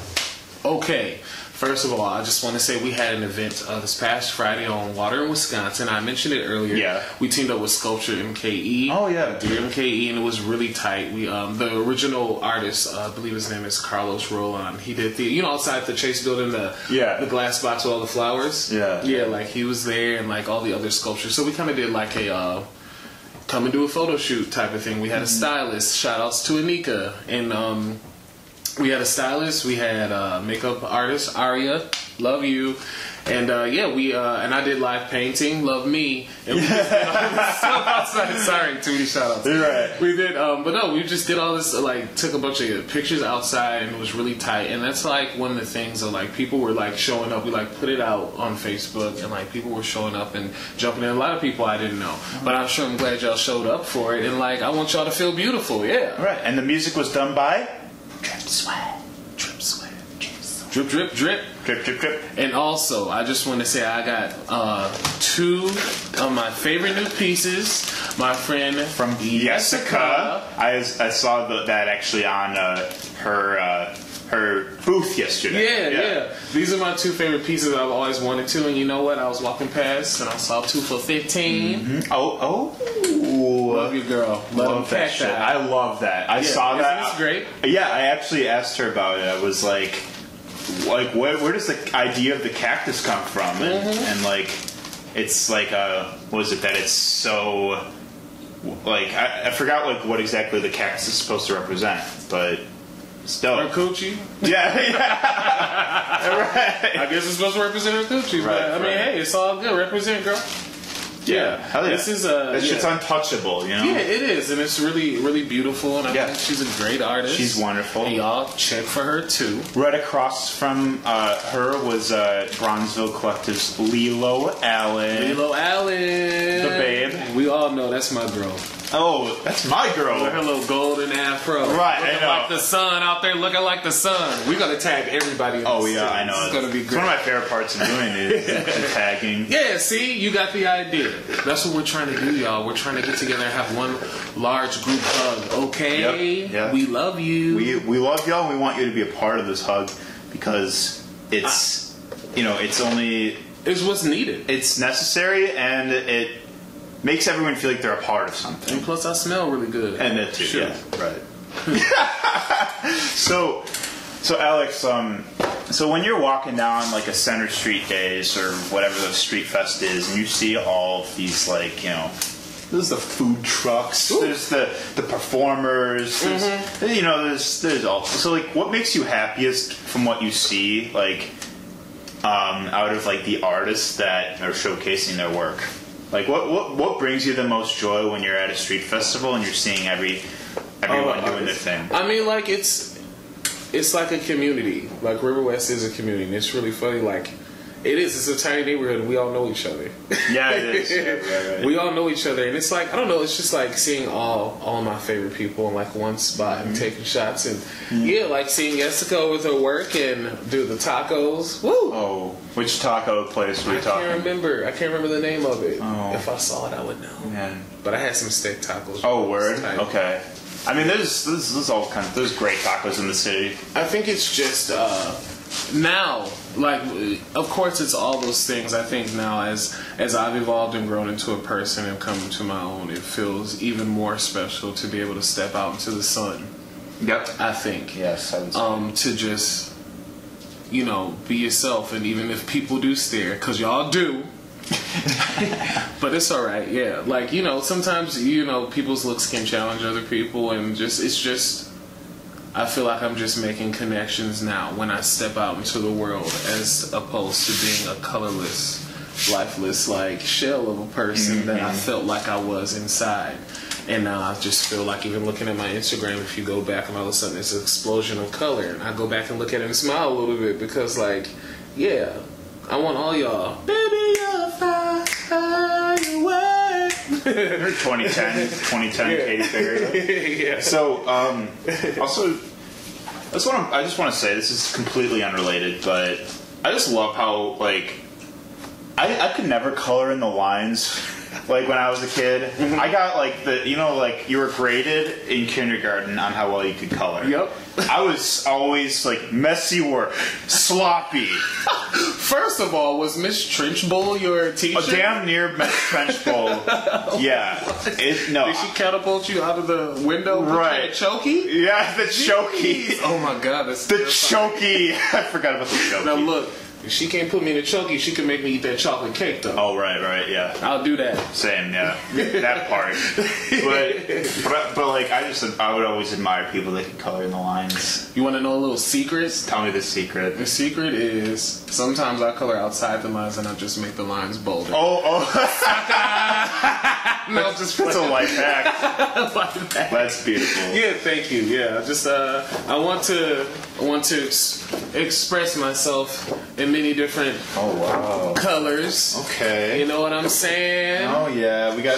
Speaker 2: Okay. First of all, I just want to say we had an event uh, this past Friday on Water in Wisconsin. I mentioned it earlier.
Speaker 1: Yeah.
Speaker 2: We teamed up with Sculpture MKE.
Speaker 1: Oh, yeah.
Speaker 2: Uh, Dear MKE, and it was really tight. We um, the original artist, uh, I believe his name is Carlos Roland. He did the you know outside the Chase Building the
Speaker 1: Yeah.
Speaker 2: the glass box with all the flowers.
Speaker 1: Yeah.
Speaker 2: Yeah, like he was there and like all the other sculptures. So we kind of did like a. Uh, come and do a photo shoot type of thing. We had a
Speaker 1: Mm-hmm.
Speaker 2: stylist. Shout outs to Anika. And um, we had a stylist. We had uh, makeup artist Aria. Love you. And uh, yeah, we uh, and I did live painting. Love me. And we just did all this stuff outside. Sorry, too many shout outs.
Speaker 1: You're right.
Speaker 2: We did, um, but no, we just did all this. uh, Like, took a bunch of pictures outside, and it was really tight. And that's like one of the things of like people were like showing up. We like put it out on Facebook, and like people were showing up and jumping in. A lot of people I didn't know, but I'm sure I'm glad y'all showed up for it. And like, I want y'all to feel beautiful. Yeah.
Speaker 1: All right. And the music was done by Drip Sweat.
Speaker 2: Drip sweat. Drip, drip, drip.
Speaker 1: Drip, drip, drip.
Speaker 2: And also, I just want to say I got uh, two of my favorite new pieces. My friend
Speaker 1: From Jessica. I, I saw the, that actually on uh, her uh, her booth
Speaker 2: Yeah,
Speaker 1: yesterday.
Speaker 2: yeah, These are my two favorite pieces I've always wanted to, and you know what? I was walking past and I saw two for 15
Speaker 1: Oh, oh.
Speaker 2: Love you, girl. Let 'em
Speaker 1: love that
Speaker 2: pack
Speaker 1: shit.
Speaker 2: that.
Speaker 1: I love that. I
Speaker 2: Yeah,
Speaker 1: saw
Speaker 2: isn't
Speaker 1: that.
Speaker 2: this great?
Speaker 1: Yeah, I actually asked her about it. I was like, like, where, where does the idea of the cactus come from? And,
Speaker 2: Mm-hmm.
Speaker 1: and like, it's like, uh, what is it that it's so, like, I, I forgot like what exactly the cactus is supposed to represent, but
Speaker 2: Her
Speaker 1: still,
Speaker 2: coochie.
Speaker 1: yeah, yeah,
Speaker 2: I guess it's supposed to represent her coochie,
Speaker 1: Right,
Speaker 2: but I mean,
Speaker 1: right.
Speaker 2: hey, it's all good. Represent, girl.
Speaker 1: yeah. Hell yeah.
Speaker 2: This is, uh,
Speaker 1: that shit's
Speaker 2: yeah.
Speaker 1: untouchable, you know.
Speaker 2: Yeah, it is, and it's really, really beautiful, and I
Speaker 1: Yeah.
Speaker 2: think she's a great artist.
Speaker 1: She's wonderful.
Speaker 2: And y'all check for her too.
Speaker 1: Right across from uh, her was uh, Bronzeville Collective's Lilo Allen.
Speaker 2: Lilo Allen,
Speaker 1: The babe.
Speaker 2: We all know that's my girl.
Speaker 1: Oh, that's my girl.
Speaker 2: With her little golden afro.
Speaker 1: Right, I
Speaker 2: Looking
Speaker 1: know.
Speaker 2: like the sun out there, looking like the sun. We're gonna tag everybody. In
Speaker 1: Oh
Speaker 2: this
Speaker 1: yeah, I know.
Speaker 2: It's gonna be
Speaker 1: It's one of
Speaker 2: great.
Speaker 1: my favorite parts of doing it is the tagging.
Speaker 2: Yeah, see, you got the idea. That's what we're trying to do, y'all. We're trying to get together and have one large group hug. Okay,
Speaker 1: Yep, yeah.
Speaker 2: we love you.
Speaker 1: We we love y'all. We want you to be a part of this hug because it's you know it's only
Speaker 2: it's what's needed.
Speaker 1: it's necessary and it makes everyone feel like they're a part of
Speaker 2: And
Speaker 1: something.
Speaker 2: plus, I smell really good.
Speaker 1: And that too.
Speaker 2: Sure.
Speaker 1: Yeah. Right. so so Alex, um, so when you're walking down like a Center Street Days or whatever the street fest is, and you see all of these like you know There's the food trucks. There's the the performers. There's,
Speaker 2: Mm-hmm.
Speaker 1: You know, there's there's all. So like, what makes you happiest from what you see? Like, um, out of like the artists that are showcasing their work. Like, what what what brings you the most joy when you're at a street festival and you're seeing every everyone doing their thing?
Speaker 2: Oh, I mean, like it's it's like a community. Like River West is a community. And it's really funny. Like it is. It's a tiny neighborhood. We all know each other.
Speaker 1: Yeah, it is. Yeah, right, right.
Speaker 2: we all know each other, and it's like I don't know. It's just like seeing all all my favorite people in like one spot
Speaker 1: Mm-hmm.
Speaker 2: and taking shots, and yeah, like seeing Jessica with her work and do the tacos. Woo!
Speaker 1: Oh, which taco place were
Speaker 2: I
Speaker 1: we
Speaker 2: can't
Speaker 1: talking?
Speaker 2: remember. I can't remember the name of it.
Speaker 1: Oh.
Speaker 2: If I saw it, I would know.
Speaker 1: Man.
Speaker 2: But I had some steak tacos.
Speaker 1: Oh, word.
Speaker 2: Tonight.
Speaker 1: Okay. I mean, there's there's, there's all kinds. There's great tacos in the city.
Speaker 2: I think it's just uh, now, like, of course, it's all those things. I think now, as as I've evolved and grown into a person and come into my own, it feels even more special to be able to step out into the sun.
Speaker 1: Yep.
Speaker 2: I think
Speaker 1: Yes, I would say.
Speaker 2: um, to just you know be yourself, and even if people do stare, because y'all do. but it's all right, yeah. Like you know, sometimes you know people's looks can challenge other people, and just it's just. I feel like I'm just making connections now when I step out into the world, as opposed to being a colorless, lifeless, like shell of a person that I felt like I was inside. And uh, I just feel like even looking at my Instagram, if you go back and all of a sudden it's an explosion of color, and I go back and look at it and smile a little bit because, like, yeah, I want all y'all. Baby, you're a firework.
Speaker 1: 2010, 2010 Katy Perry.
Speaker 2: yeah.
Speaker 1: So, um, also, that's what I'm, I just want to say. This is completely unrelated, but I just love how like I, I could never color in the lines. Like when I was a kid, I got like the you know like you were graded in kindergarten on how well you could color.
Speaker 2: Yep.
Speaker 1: I was always like messy work, sloppy,
Speaker 2: First of all, was Miss Trenchbull your teacher?
Speaker 1: a damn near French bowl. Yeah. It, no.
Speaker 2: Did she catapult you out of the window?
Speaker 1: Right.
Speaker 2: Chokey?
Speaker 1: yeah, the chokey.
Speaker 2: Oh my god, that's
Speaker 1: The chokey. I forgot about the chokey.
Speaker 2: Now look, if she can't put me in a chokey, she can make me eat that chocolate cake though.
Speaker 1: Oh right, right, yeah.
Speaker 2: I'll do that.
Speaker 1: Same, yeah. that part. But, but but like I just I would always admire people that can color in the lines.
Speaker 2: You want to know a little secret?
Speaker 1: Tell me the secret.
Speaker 2: The secret is sometimes I color outside the lines and I just make the lines bolder.
Speaker 1: Oh oh
Speaker 2: no, I'm just
Speaker 1: that's a life hack.
Speaker 2: like that.
Speaker 1: That's beautiful.
Speaker 2: Yeah, thank you. Yeah, I just uh, I want to I want to ex- express myself in many different
Speaker 5: Oh wow.
Speaker 2: colors.
Speaker 5: Okay.
Speaker 2: You know what I'm saying?
Speaker 5: Oh yeah, we got.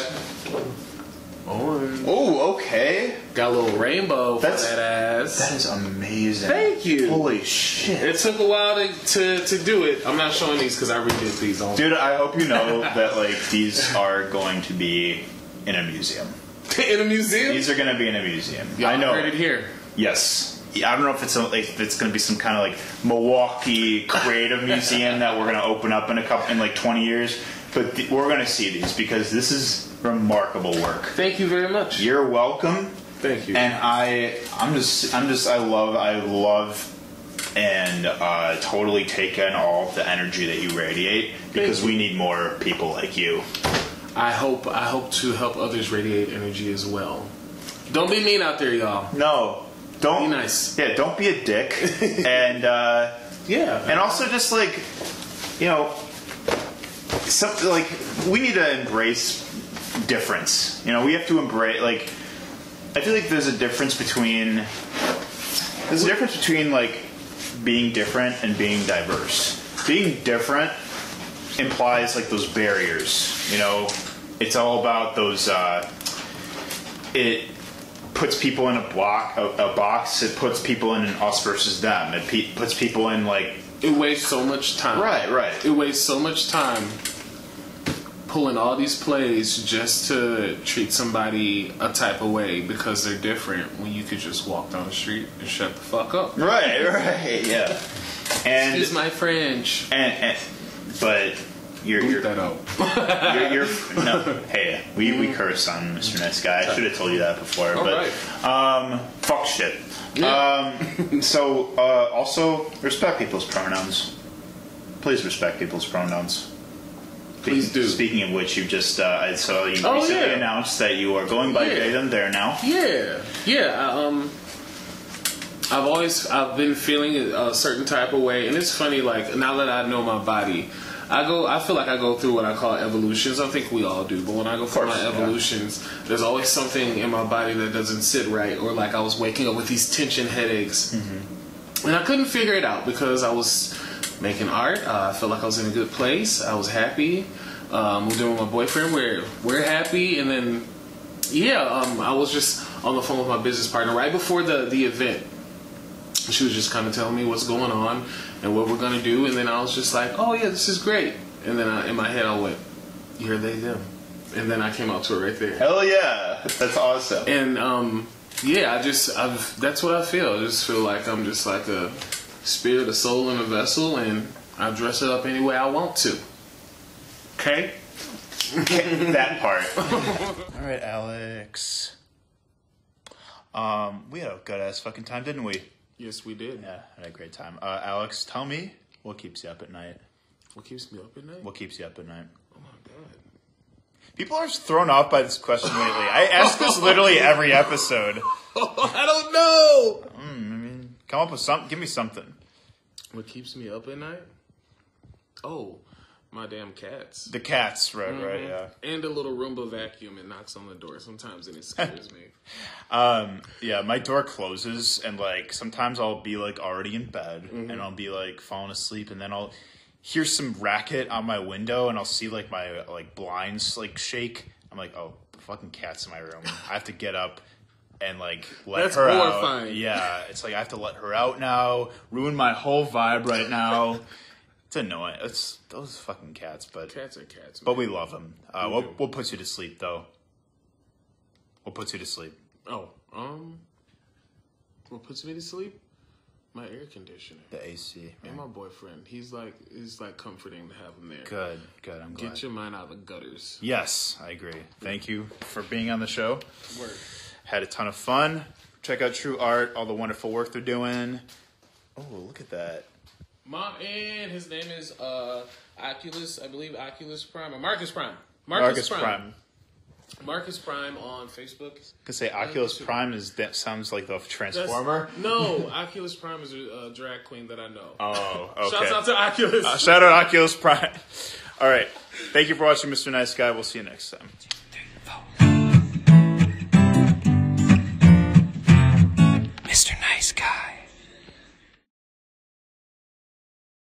Speaker 2: Orange.
Speaker 5: Oh okay.
Speaker 2: Got a little rainbow
Speaker 1: That's-
Speaker 2: for that ass.
Speaker 1: That is amazing.
Speaker 2: Thank you.
Speaker 1: Holy shit.
Speaker 2: It took a while to, to, to do it. I'm not showing these because I redid these on.
Speaker 1: Dude, I hope you know that like these are going to be in a museum.
Speaker 2: in a museum.
Speaker 1: These are going to be in a museum.
Speaker 2: Y'all
Speaker 1: I know.
Speaker 2: Heard it here.
Speaker 1: Yes. Yeah, I don't know if it's a, if it's going to be some kind of like Milwaukee creative museum that we're going to open up in a couple in like 20 years, but th- we're going to see these because this is remarkable work.
Speaker 2: Thank you very much.
Speaker 1: You're welcome.
Speaker 2: Thank you.
Speaker 1: And I I'm just I'm just I love I love and uh, totally take in all of the energy that you radiate because we need more people like you.
Speaker 2: I hope I hope to help others radiate energy as well. Don't be mean out there, y'all.
Speaker 1: No, don't
Speaker 2: Be nice.
Speaker 1: Yeah, don't be a dick. and uh,
Speaker 2: Yeah.
Speaker 1: and also just like you know something like we need to embrace difference you know we have to embrace like i feel like there's a difference between there's a difference between like being different and being diverse being different implies like those barriers you know it's all about those uh it puts people in a block a, a box it puts people in an us versus them it pe- puts people in like
Speaker 2: it wastes so much time.
Speaker 1: Right, right.
Speaker 2: It wastes so much time pulling all these plays just to treat somebody a type of way because they're different when you could just walk down the street and shut the fuck up.
Speaker 1: Right, right, yeah. And
Speaker 2: Excuse my French.
Speaker 1: and, and but you're
Speaker 2: Boot
Speaker 1: you're,
Speaker 2: that out.
Speaker 1: you're, you're no hey we,
Speaker 2: Mm.
Speaker 1: we curse on Mr. Nice Guy. I should have told you that before.
Speaker 2: All
Speaker 1: but um fuck shit.
Speaker 2: Yeah.
Speaker 1: Um so uh, also respect people's pronouns. Please respect people's pronouns.
Speaker 2: Please
Speaker 1: Speaking-
Speaker 2: do.
Speaker 1: Speaking of which, you just uh, I saw you
Speaker 2: Oh,
Speaker 1: recently
Speaker 2: yeah.
Speaker 1: announced that you are going by
Speaker 2: Yeah.
Speaker 1: they them there now.
Speaker 2: Yeah, yeah. I, um, I've always I've been feeling a certain type of way, and it's funny. Like now that I know my body, I go. I feel like I go through what I call evolutions. I think we all do. But when I go through my
Speaker 1: yeah.
Speaker 2: evolutions, there's always something in my body that doesn't sit right, or like I was waking up with these tension headaches, and I couldn't figure it out because I was making art. Uh, I felt like I was in a good place. I was happy. Um, we're doing with my boyfriend. We're we're happy, and then yeah, um, I was just on the phone with my business partner right before the, the event. She was just kind of telling me what's going on and what we're going to do. And then I was just like, oh, yeah, this is great. And then I, in my head, I went, you're they, them. And then I came out to it right there.
Speaker 1: Hell yeah, that's awesome.
Speaker 2: And um, yeah, I just, I've, that's what I feel. I just feel like I'm just like a spirit, a soul, and a vessel, and I dress it up any way I want to. Okay?
Speaker 1: that part. All right, Alex. Um, we had a good ass fucking time, didn't we?
Speaker 2: Yes, we did.
Speaker 1: Yeah, had a great time. Uh, Alex, tell me what keeps you up at night.
Speaker 2: What keeps me up at night?
Speaker 1: What keeps you up at night?
Speaker 2: Oh, my God.
Speaker 1: People are thrown off by this question lately. I ask this literally every episode.
Speaker 2: I don't know!
Speaker 1: Come up with something. Give me something.
Speaker 2: What keeps me up at night? Oh, my damn cats.
Speaker 1: The cats, right, right, yeah.
Speaker 2: And a little Roomba vacuum and knocks on the door sometimes and it scares me.
Speaker 1: Um, yeah, my door closes, and like sometimes I'll be like already in bed,
Speaker 2: Mm-hmm.
Speaker 1: and I'll be like falling asleep, and then I'll hear some racket on my window, and I'll see like my like blinds like shake. I'm like, oh, the fucking cat's in my room. I have to get up and like let
Speaker 2: That's
Speaker 1: her out.
Speaker 2: horrifying.
Speaker 1: Yeah, it's like I have to let her out now. Ruin my whole vibe right now. it's annoying. It's those fucking cats, but
Speaker 2: Cats are cats.
Speaker 1: but
Speaker 2: Man.
Speaker 1: we love them. Uh, we'll, we'll put you to sleep though. We'll put you to sleep.
Speaker 2: Oh, um, what puts me to sleep? My air conditioner.
Speaker 1: The AC.
Speaker 2: And my boyfriend, he's like, it's like comforting to have him there.
Speaker 1: Good, good. I'm glad.
Speaker 2: Get your mind out of the gutters.
Speaker 1: yes, I agree. Thank you for being on the show.
Speaker 2: Work.
Speaker 1: Had a ton of fun. Check out True Art, all the wonderful work they're doing. Oh, look at that.
Speaker 2: Mom, and his name is uh Oculus, I believe Oculus Prime or Marcus Prime.
Speaker 1: Marcus Prime.
Speaker 2: Marcus Prime on Facebook.
Speaker 1: Could say Oculus
Speaker 2: Marcus-
Speaker 1: Prime is that sounds like the
Speaker 2: That's-
Speaker 1: Transformer.
Speaker 2: No, Oculus Prime is a uh, drag queen that I know.
Speaker 1: Oh, okay. Uh,
Speaker 2: Shouts out to Oculus.
Speaker 1: Shout out Oculus Prime. All right. Thank you for watching, Mr. Nice Guy. We'll see you next time.